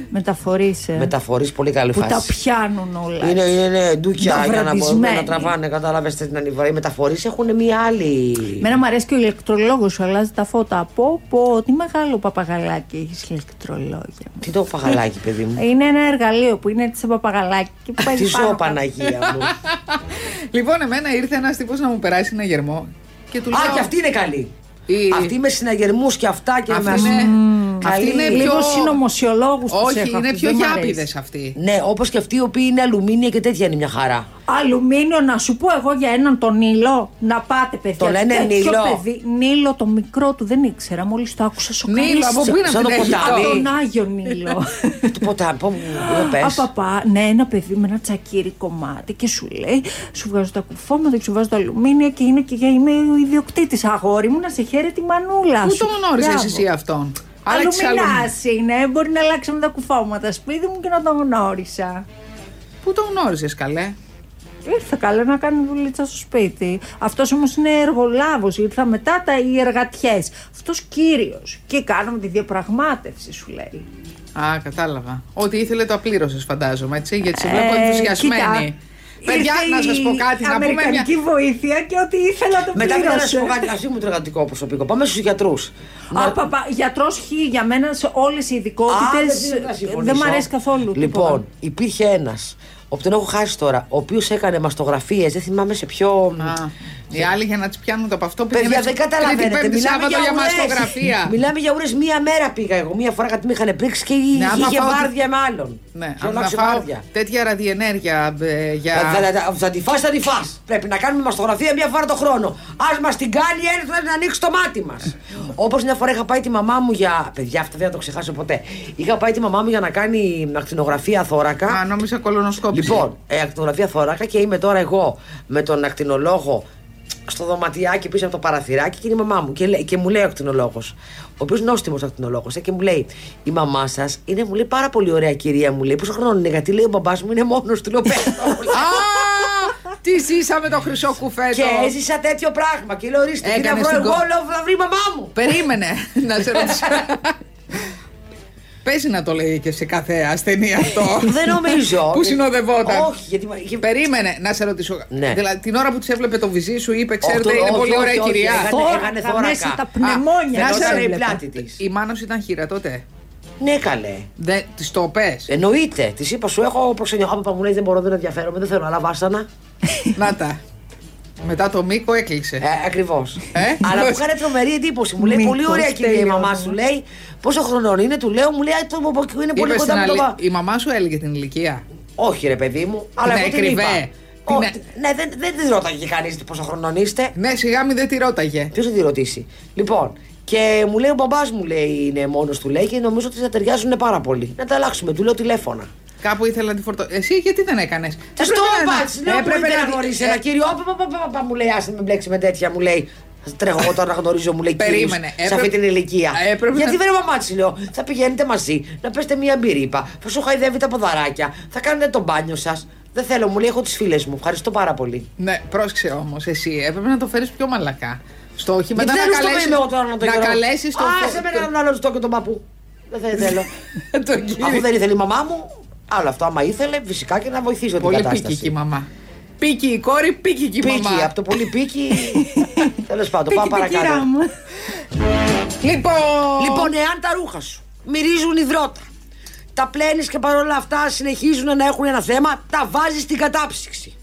Speaker 4: Μεταφορή.
Speaker 2: Ε.
Speaker 3: Μεταφορεί, πολύ καλή
Speaker 4: ε, Που τα
Speaker 3: φάση.
Speaker 4: πιάνουν όλα.
Speaker 3: Είναι, είναι ντούκια για να μπορούν να
Speaker 4: Μαυρατισμένοι.
Speaker 3: τραβάνε. Κατάλαβες την ανιβαρή. Οι μεταφορείς έχουν μία άλλη.
Speaker 4: Μένα μου αρέσει και ο ηλεκτρολόγος σου αλλάζει τα φώτα. Πω, πω, τι μεγάλο παπαγαλάκι έχεις ηλεκτρολόγια.
Speaker 3: Τι το φαγαλάκι, παιδί
Speaker 2: Ε,
Speaker 3: μου.
Speaker 4: Είναι ένα εργαλείο που είναι έτσι σαν παπαγαλάκι. και που
Speaker 3: Τι
Speaker 4: παίζει πάνω
Speaker 3: ζω,
Speaker 4: κάτω.
Speaker 3: Παναγία μου.
Speaker 2: Λοιπόν, εμένα ήρθε ένας τύπος να μου περάσει ένα γερμό. Και του λέω.
Speaker 3: Α, και αυτή είναι καλή.
Speaker 2: Η-
Speaker 3: Αυτή με συναγερμούς και αυτά και
Speaker 2: Αυτή
Speaker 3: με.
Speaker 2: είναι-
Speaker 3: Μμμ.
Speaker 2: αυτή είναι
Speaker 3: Καλή.
Speaker 4: Λίγο
Speaker 2: πιο-
Speaker 4: συνωμοσιολόγους τους
Speaker 2: Όχι, είναι πιο γιάπηδε αυτοί.
Speaker 3: Ναι, όπως και αυτοί οι οποίοι είναι αλουμίνια και τέτοια είναι μια χαρά.
Speaker 4: Αλουμίνιο, να σου πω εγώ για έναν τον Νίλο. Να πάτε, παιδιά.
Speaker 3: Το λένε
Speaker 4: Τέτοιο
Speaker 3: Νίλο.
Speaker 4: Παιδί, Νίλο, το μικρό του δεν ήξερα. Μόλις το άκουσα σοκαρίστηκα.
Speaker 2: Νίλο, από πού είναι
Speaker 3: Σαν
Speaker 2: αυτή
Speaker 3: το
Speaker 2: την
Speaker 3: ποτάμι.
Speaker 4: Από
Speaker 2: Αίγυπτο?
Speaker 4: τον Άγιο Νίλο.
Speaker 3: Του ποτάμι, πω, δεν πες.
Speaker 4: Απαπα, ναι, ένα παιδί με ένα τσακίρι κομμάτι και σου λέει: Σου βγάζω τα κουφώματα και σου βάζω τα αλουμίνια και είναι και για- είμαι ο ιδιοκτήτης. Αγόρι μου, να σε χαίρε τη μανούλα.
Speaker 2: Πού
Speaker 4: σου.
Speaker 2: το γνώρισες
Speaker 4: Μπράβο.
Speaker 2: εσύ αυτόν. Άλλαξε άλλο.
Speaker 4: Αλουμινάς είναι, μπορεί να αλλάξαμε τα κουφώματα σπίτι μου και να τον γνώρισα.
Speaker 2: Πού το γνώρισε, καλέ.
Speaker 4: Ήρθε καλά να κάνει δουλίτσα στο σπίτι. Αυτός όμως είναι εργολάβος. Ήρθα μετά τα οι εργατιές. Αυτός κύριος. Και κάναμε τη διαπραγμάτευση, σου λέει.
Speaker 2: Α, κατάλαβα. Ό,τι ήθελε το απλήρωσες, φαντάζομαι, έτσι. Γιατί σε
Speaker 3: Ε,
Speaker 2: βλέπω ενθουσιασμένη.
Speaker 4: Ε, κοίτα,
Speaker 2: Παιδιά,
Speaker 4: ήρθε
Speaker 2: να σας πω
Speaker 4: η
Speaker 2: κάτι, να πούμε μια.
Speaker 4: αμερικανική βοήθεια και ό,τι ήθελα το
Speaker 3: Μετά μετά να σου πω
Speaker 4: πλήρωσε.
Speaker 3: κάτι, ας μου το εργατικό προσωπικό. Πάμε στους γιατρούς.
Speaker 4: Απαπα, γιατρός Χ για μένα σε όλες οι ειδικότητες. Δεν μ' αρέσει καθόλου.
Speaker 3: Λοιπόν, υπήρχε ένας, όποιον τον έχω χάσει τώρα, ο οποίος έκανε μαστογραφίες, δεν θυμάμαι σε ποιο.
Speaker 2: Α, οι άλλοι για να τις πιάνουν από αυτό πήγαινε
Speaker 3: Παιδιά, δεν
Speaker 2: τρίτη,
Speaker 3: καταλαβαίνετε.
Speaker 2: Πέμπτη,
Speaker 3: Μιλάμε
Speaker 2: Σάββατο
Speaker 3: για,
Speaker 2: για
Speaker 3: ουρές.
Speaker 2: μαστογραφία.
Speaker 3: Μιλάμε για ουρές. Μία μέρα πήγα εγώ. Μία φορά κάτι με είχαν πρίξει και
Speaker 2: Ναι, άμα
Speaker 3: είχε
Speaker 2: φάω-
Speaker 3: βάρδια με άλλον.
Speaker 2: Ναι,
Speaker 3: Είχε
Speaker 2: αν να
Speaker 3: αλλάξει
Speaker 2: φάω
Speaker 3: βάρδια.
Speaker 2: τέτοια ραδιενέργεια ε,
Speaker 3: Θα-
Speaker 2: για.
Speaker 3: θα- θα- Θα τη φας, θα τη φας. Πρέπει να κάνουμε μαστογραφία μια φορά το χρόνο. Ας μας την κάνει ένα, πρέπει να ανοίξει το μάτι μας. Όπως μια φορά είχα πάει τη μαμά μου για. Παιδιά, αυτό δεν θα το ξεχάσω ποτέ. Είχα πάει τη μαμά μου για να κάνει ακτινογραφία θώρακα.
Speaker 2: Α, ναι. νόμιζα κολονοσκόπηση.
Speaker 3: Λοιπόν, ε, ακτινογραφία θώρακα και είμαι τώρα εγώ με τον ακτινολόγο στο δωματιάκι πίσω από το παραθυράκι και είναι η μαμά μου. Και, λέ- και μου λέει ο ακτινολόγος, ο οποίος νόστιμος ακτινολόγος, ε, και μου λέει: Η μαμά σας είναι, μου λέει, πάρα πολύ ωραία κυρία, μου λέει. Πόσο χρόνο είναι, γιατί λέει ο μπαμπάς μου είναι μόνος του, λέω «Πες το», μου λέει.
Speaker 2: Α, τι ζήσαμε Ε, το χρυσό κουφέτο.
Speaker 3: Και έζησα τέτοιο πράγμα. Και λέω: Ορίστε, τι να
Speaker 2: Έκανες
Speaker 3: βρω
Speaker 2: την
Speaker 3: εγώ,
Speaker 2: κο-
Speaker 3: λέω, θα βρει η μαμά μου.
Speaker 2: Περίμενε να σε ρωτήσω. Παίζει να το λέει και σε κάθε ασθενή αυτό.
Speaker 3: Δεν νομίζω. Ε,
Speaker 2: Που συνοδευόταν. Ε,
Speaker 3: Όχι, γιατί. είχε-
Speaker 2: Περίμενε να σε ρωτήσω.
Speaker 3: Ναι.
Speaker 2: Δηλαδή την ώρα που της έβλεπε το βυζί σου, είπε: Ξέρετε,
Speaker 3: Όχι,
Speaker 2: είναι
Speaker 3: όχι,
Speaker 2: πολύ
Speaker 3: όχι,
Speaker 2: ωραία
Speaker 3: όχι,
Speaker 2: κυρία.
Speaker 3: έκανε-
Speaker 4: Θώρακα,
Speaker 3: έκανε θώρακα.
Speaker 4: μέσα τα
Speaker 3: Α,
Speaker 4: πνευμόνια.
Speaker 2: να
Speaker 4: δεν
Speaker 2: σε
Speaker 4: τα
Speaker 3: Φαινόταν η
Speaker 4: βλέπα.
Speaker 3: πλάτη της.
Speaker 2: Η μάνα ήταν χείρα τότε.
Speaker 3: Ναι, καλέ.
Speaker 2: Δεν της το πες.
Speaker 3: Ε. Εννοείται. Της είπα, σου έχω προξενιά. Άπα μου λέει δεν μπορώ, δεν ενδιαφέρομαι, δεν θέλω άλλα βάσανα.
Speaker 2: Να τα. Μετά το μήκο έκλεισε.
Speaker 3: Ε, Ακριβώς.
Speaker 2: Ε,
Speaker 3: Αλλά μου
Speaker 2: πώς.
Speaker 3: έκανε τρομερή εντύπωση. Μου λέει
Speaker 4: Μήπως
Speaker 3: πολύ ωραία κυρία η
Speaker 4: τελειώνω.
Speaker 3: μαμά σου λέει. Πόσο χρονών είναι, του λέω, μου λέει «Α, το μου πω, είναι πολύ
Speaker 2: Είπες
Speaker 3: κοντά
Speaker 2: την
Speaker 3: με το
Speaker 2: αλη-
Speaker 3: πα.
Speaker 2: Η μαμά σου έλεγε την ηλικία.
Speaker 3: Όχι ρε παιδί μου, αλλά
Speaker 2: Ναι,
Speaker 3: εγώ την
Speaker 2: κρυβέ.
Speaker 3: είπα.
Speaker 2: Την
Speaker 3: Ό,
Speaker 2: ε-
Speaker 3: τι- Ναι, δεν, δεν τη ρώταγε κανείς πόσο χρονών είστε.
Speaker 2: Ναι, σιγά μην δεν τη ρώταγε.
Speaker 3: Ποιος θα τη ρωτήσει. Λοιπόν, και μου λέει ο μπαμπάς μου λέει είναι μόνος του λέει και νομίζω ότι θα ταιριάζουν πάρα πολύ. Να τα αλλάξουμε, του λέω τηλέφωνα.
Speaker 2: Κάπου ήθελα να τη φορτώσει. Εσύ γιατί δεν έκανες.
Speaker 3: Τι στο πάτσε,
Speaker 2: ε,
Speaker 3: λέω πρέπει να γνωρίσει ένα κύριο. Πα, πα, πα, πα, πα, μου λέει, άσε με μπλέξει με τέτοια, μου λέει. Θα τρέχω εγώ τώρα να γνωρίζω, μου λέει κύριος,
Speaker 2: Περίμενε,
Speaker 3: σε
Speaker 2: έπρεπε-
Speaker 3: αυτή την ηλικία.
Speaker 2: Α, έπρεπε να-
Speaker 3: Γιατί βρε μαμά της, λέω. Θα πηγαίνετε μαζί, να πέστε μία μπυρίπα, θα σου χαϊδεύει τα ποδαράκια, θα κάνετε το μπάνιο σας. Δεν θέλω, μου λέει, έχω τις φίλες μου. Ευχαριστώ πάρα πολύ.
Speaker 2: Ναι, πρόσεξε όμως, εσύ έπρεπε να το φέρεις πιο μαλακά. Στο όχι, μετά
Speaker 3: Γιατί δεν
Speaker 2: να
Speaker 3: στο
Speaker 2: καλέσεις-
Speaker 3: είμαι εγώ τώρα να το γερό.
Speaker 2: καλέσεις τον φο-
Speaker 3: Άσε με έναν άλλο ζητώ και τον παππού. Δεν θα θέλω.
Speaker 2: τον- τον κύριο.
Speaker 3: Αφού δεν ήθελε η μαμά μου, άλλο αυτό. Άμα ήθελε, φυσικά και να βοηθήσω την
Speaker 2: Πολύ
Speaker 3: κατάσταση.
Speaker 2: πικική μαμά. Πήκε η κόρη, πήκε και η
Speaker 3: Πίκη,
Speaker 2: μαμά.
Speaker 3: από το πολύ πίκη. Τέλος πάντων,
Speaker 4: Πήγε
Speaker 3: πάμε
Speaker 4: την
Speaker 3: παρακάτω.
Speaker 4: κυρά μου.
Speaker 2: Λοιπόν,
Speaker 3: Λοιπόν, εάν τα ρούχα σου μυρίζουν υδρότα, τα πλένεις και παρόλα αυτά συνεχίζουν να έχουν ένα θέμα, τα βάζεις στην κατάψυξη.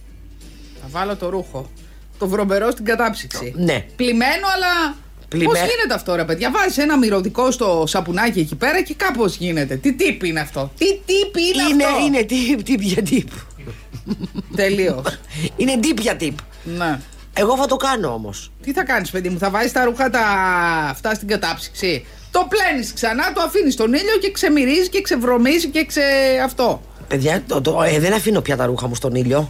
Speaker 2: θα βάλω το ρούχο. Το βρομπερό στην κατάψυξη.
Speaker 3: Ναι.
Speaker 2: Πλημμένο, αλλά.
Speaker 3: Πλημέ-
Speaker 2: Πώς γίνεται αυτό, ρε παιδιά. Βάζεις ένα μυρωδικό στο σαπουνάκι εκεί πέρα και κάπως γίνεται. Τι τύπη είναι αυτό. Τι τύπη είναι,
Speaker 3: Είναι,
Speaker 2: αυτό.
Speaker 3: είναι τύπ, τύπ για τύπ.
Speaker 2: Τελείως.
Speaker 3: Είναι τύπ για τύπ.
Speaker 2: ναι.
Speaker 3: Εγώ θα το κάνω όμως.
Speaker 2: Τι θα κάνεις, παιδί μου, θα βάζεις τα ρούχα τα... αυτά στην κατάψυξη. Το πλένεις ξανά, το αφήνεις στον ήλιο και ξεμυρίζεις και ξεβρωμίζει και ξε. αυτό.
Speaker 3: Παιδιά, το, το, ε, δεν αφήνω πια τα ρούχα μου στον ήλιο.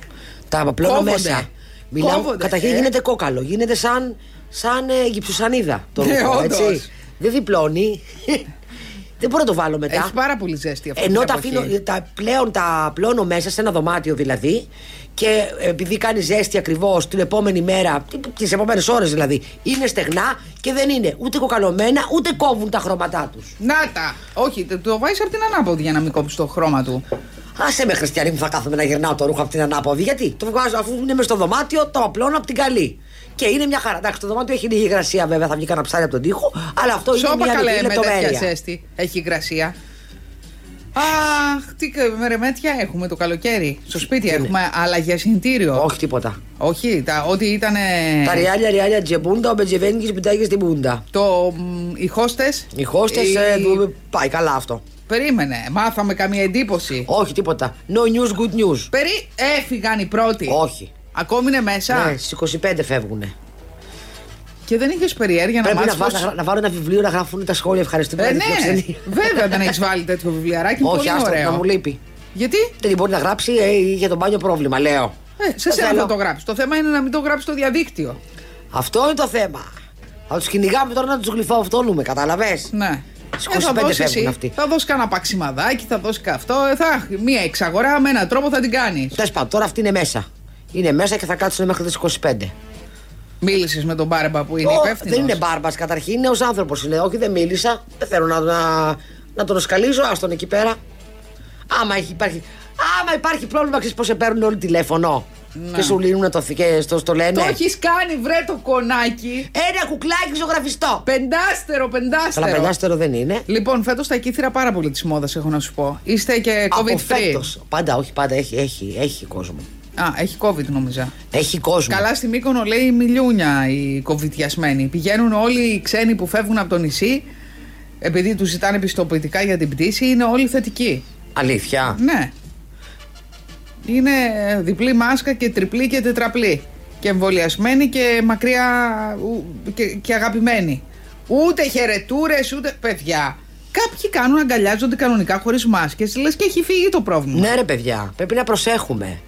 Speaker 3: Τα απλώνω
Speaker 2: Κόβονται.
Speaker 3: μέσα. Μιλάω,
Speaker 2: Κόβονται,
Speaker 3: καταρχήν
Speaker 2: ε.
Speaker 3: γίνεται κόκαλο. Γίνεται σαν, σαν ε, γυψουσανίδα το
Speaker 2: Ναι,
Speaker 3: ρούχο,
Speaker 2: όντως.
Speaker 3: έτσι. Δεν διπλώνει. δεν μπορώ να το βάλω μετά.
Speaker 2: Έχει πάρα πολύ ζέστη αυτή.
Speaker 3: Ενώ
Speaker 2: την
Speaker 3: τα,
Speaker 2: εποχή.
Speaker 3: αφήνω, ε, τα πλέον τα απλώνω μέσα σε ένα δωμάτιο δηλαδή και επειδή κάνει ζέστη ακριβώς την επόμενη μέρα, τις επόμενες ώρες δηλαδή, είναι στεγνά και δεν είναι ούτε κοκαλωμένα ούτε κόβουν τα χρώματά τους.
Speaker 2: Να τα! Όχι, το, το βάζεις από την ανάποδη για να μην κόψεις το χρώμα του.
Speaker 3: Άσε με χριστιανή μου, θα κάθομαι να γυρνάω το ρούχο από την ανάποδη. Γιατί το βγάζω αφού είναι μες στο δωμάτιο, το απλώνω από την καλή. Και είναι μια χαρά. Εντάξει, το δωμάτιο έχει λίγη υγρασία βέβαια, θα βγει κανένα ψάρι από τον τοίχο, αλλά αυτό είναι
Speaker 2: Σώπα
Speaker 3: μια
Speaker 2: καλέ
Speaker 3: μικρή
Speaker 2: με τέτοια
Speaker 3: λεπτομέρεια.
Speaker 2: ζέστη. Έχει υγρασία. Αχ, τι κα- μερεμέτια έχουμε το καλοκαίρι. Στο σπίτι έχουμε αλλαγές συνητήριο.
Speaker 3: Όχι τίποτα.
Speaker 2: Ναι. Όχι, τα, ό,τι ήταν.
Speaker 3: Τα ριάλια, ριάλια τζεμπούντα, ο Μπετζεβένικη πιτάγει στην μπούντα.
Speaker 2: Το, μ, οι χώστες.
Speaker 3: Οι ε, χώστε. Πάει καλά αυτό.
Speaker 2: Περίμενε, μάθαμε καμία εντύπωση.
Speaker 3: Όχι, τίποτα. No news, good news.
Speaker 2: Περί έφυγαν οι πρώτοι.
Speaker 3: Όχι.
Speaker 2: Ακόμη είναι μέσα.
Speaker 3: Ναι, στις 25 φεύγουνε.
Speaker 2: Και δεν είχες περιέργεια να
Speaker 3: Πρέπει να,
Speaker 2: μάθει.
Speaker 3: βά- να, να βάλω ένα βιβλίο να γράφουν τα σχόλια ευχαριστημένα.
Speaker 2: Ε,
Speaker 3: τη
Speaker 2: ναι,
Speaker 3: φιλοξενία.
Speaker 2: βέβαια δεν έχεις βάλει τέτοιο βιβλιαράκι. είναι
Speaker 3: Όχι,
Speaker 2: πολύ
Speaker 3: άστο,
Speaker 2: ωραίο.
Speaker 3: να μου λείπει.
Speaker 2: Γιατί
Speaker 3: Δεν μπορεί να γράψει ε, για τον μπάνιο πρόβλημα, λέω.
Speaker 2: ε, σε σένα
Speaker 3: θέλω.
Speaker 2: θα το γράψει. Το θέμα είναι να μην το γράψει στο διαδίκτυο.
Speaker 3: Αυτό είναι το θέμα. Θα τους κυνηγάμε τώρα να τους γλυφαυτώνουμε, κατάλαβες.
Speaker 2: Ναι.
Speaker 3: Στις
Speaker 2: Ε, θα
Speaker 3: 25
Speaker 2: δώσεις
Speaker 3: φεύγουν
Speaker 2: εσύ,
Speaker 3: αυτοί.
Speaker 2: θα δώσεις κανένα παξιμαδάκι, θα δώσεις και αυτό. ε, Θα, μία εξαγορά με έναν τρόπο θα την κάνεις.
Speaker 3: Τέλος πάντων, τώρα αυτή είναι μέσα. Είναι μέσα και θα κάτσουν μέχρι τις 25.
Speaker 2: Μίλησες με τον Μπάρμπα που είναι
Speaker 3: Ο-
Speaker 2: υπεύθυνος.
Speaker 3: δεν είναι μπάρμπας καταρχήν, είναι ω άνθρωπος. Είναι, όχι, δεν μίλησα. Δεν θέλω να, να, να τον σκαλίζω, ας τον εκεί πέρα. Άμα έχει- υπάρχει, άμα υπάρχει πρόβλημα, ξέρεις πώς σε παίρνουν όλοι τηλέφωνο. Και σου λύνουν το, θ- και στο, στο λένε.
Speaker 2: Ναι. Το έχεις κάνει, βρε το κονάκι.
Speaker 3: Ένα κουκλάκι ζωγραφιστό.
Speaker 2: Πεντάστερο, πεντάστερο.
Speaker 3: Καλά, πεντάστερο δεν είναι.
Speaker 2: Λοιπόν, φέτος τα κύθρα πάρα πολύ της μόδας, έχω να σου πω. Είστε και COVID
Speaker 3: Από
Speaker 2: free.
Speaker 3: φέτος. Πάντα, όχι πάντα, έχει, έχει, έχει κόσμο.
Speaker 2: Α, έχει COVID νόμιζα.
Speaker 3: Έχει κόσμο.
Speaker 2: Καλά στη Μύκονο λέει μιλιούνια οι κοβιτιασμένοι. Πηγαίνουν όλοι οι ξένοι που φεύγουν από το νησί, επειδή τους ζητάνε πιστοποιητικά για την πτήση, είναι όλοι θετικοί.
Speaker 3: Αλήθεια.
Speaker 2: Ναι. Είναι διπλή μάσκα και τριπλή και τετραπλή. Και εμβολιασμένοι και μακριά ου- και, και αγαπημένοι. Ούτε χαιρετούρες, ούτε παιδιά. Κάποιοι κάνουν, αγκαλιάζονται κανονικά χωρίς μάσκες Λες και έχει φύγει το πρόβλημα.
Speaker 3: Ναι, ρε παιδιά, πρέπει να προσέχουμε.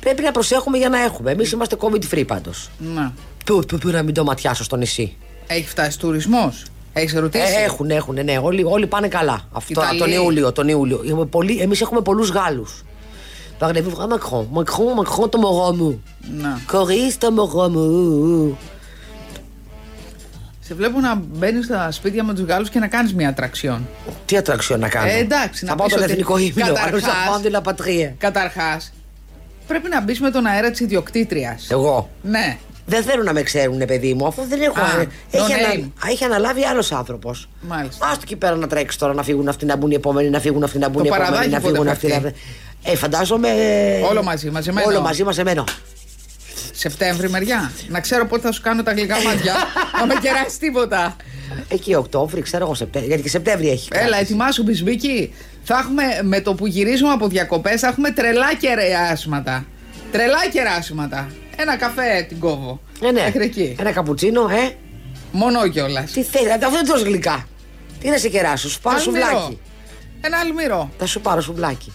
Speaker 3: Πρέπει να προσέχουμε για να έχουμε. Εμείς είμαστε COVID free πάντως.
Speaker 2: Ναι.
Speaker 3: Του, του, του, να μην το ματιάσω στο νησί.
Speaker 2: Έχει φτάσει τουρισμός. Έχεις ρωτήσει.
Speaker 3: Ε, έχουν, έχουν, ναι. Όλοι, όλοι πάνε καλά. Αυτό,
Speaker 2: Ιταλοί.
Speaker 3: τον Ιούλιο. Τον Ιούλιο. Έχουμε πολύ, εμείς έχουμε πολλούς Γάλλους. Παρνεβού, βγά Μακρόν. Μακρόν, Μακρόν το μωρό μου.
Speaker 2: Να.
Speaker 3: Κορίς το μωρό μου.
Speaker 2: Σε βλέπω να μπαίνεις στα σπίτια με τους Γάλλους και να κάνεις μια ατραξιόν.
Speaker 3: Τι ατραξιόν να κάνω.
Speaker 2: Ε, εντάξει, να
Speaker 3: θα πάω
Speaker 2: πεις
Speaker 3: τον
Speaker 2: ότι
Speaker 3: εθνικό ύμνο.
Speaker 2: καταρχάς-
Speaker 3: Θα πάω την λαπατρία.
Speaker 2: Καταρχάς, πρέπει να μπεις με τον αέρα της ιδιοκτήτριας.
Speaker 3: Εγώ.
Speaker 2: Ναι.
Speaker 3: Δεν θέλουν να με ξέρουν, παιδί μου, αφού δεν έχω. ε,
Speaker 2: Α,
Speaker 3: έχει,
Speaker 2: no
Speaker 3: ανα-
Speaker 2: name.
Speaker 3: έχει αναλάβει άλλος άνθρωπος.
Speaker 2: Μάλιστα.
Speaker 3: Άστο εκεί πέρα να τρέξει τώρα, να φύγουν αυτοί, να μπουν οι επόμενοι, να φύγουν αυτοί, να μπουν
Speaker 2: Το
Speaker 3: οι επόμενοι,
Speaker 2: παραδάκι
Speaker 3: να
Speaker 2: πότε
Speaker 3: φύγουν αυτοί.
Speaker 2: πέφτει?
Speaker 3: να- Ε, φαντάζομαι. ε,
Speaker 2: Όλο μαζί, μαζεμένο.
Speaker 3: Όλο μαζί, μαζεμένο.
Speaker 2: Σεπτέμβρη μεριά. Να ξέρω πότε θα σου κάνω τα γλυκά μάτια. Να με κεράσει τίποτα.
Speaker 3: Εκεί Οκτώβρη, ξέρω εγώ Σεπτέμβρη. Γιατί και Σεπτέμβρη έχει.
Speaker 2: Έλα, ετοιμάσου, Μπισμπίκη. Θα έχουμε με το που γυρίζουμε από διακοπές, θα έχουμε τρελά κεράσματα. Τρελά κεράσματα. Ένα καφέ την κόβω.
Speaker 3: Ε, ναι.
Speaker 2: Μέχρι εκεί.
Speaker 3: Ένα καπουτσίνο, ε.
Speaker 2: Μονό κιόλας.
Speaker 3: Τι θέλει, αυτό δεν τρως γλυκά. Τι να σε κεράσω, σου πάρω σουβλάκι.
Speaker 2: Ένα αλμυρό.
Speaker 3: Θα σου πάρω σουβλάκι.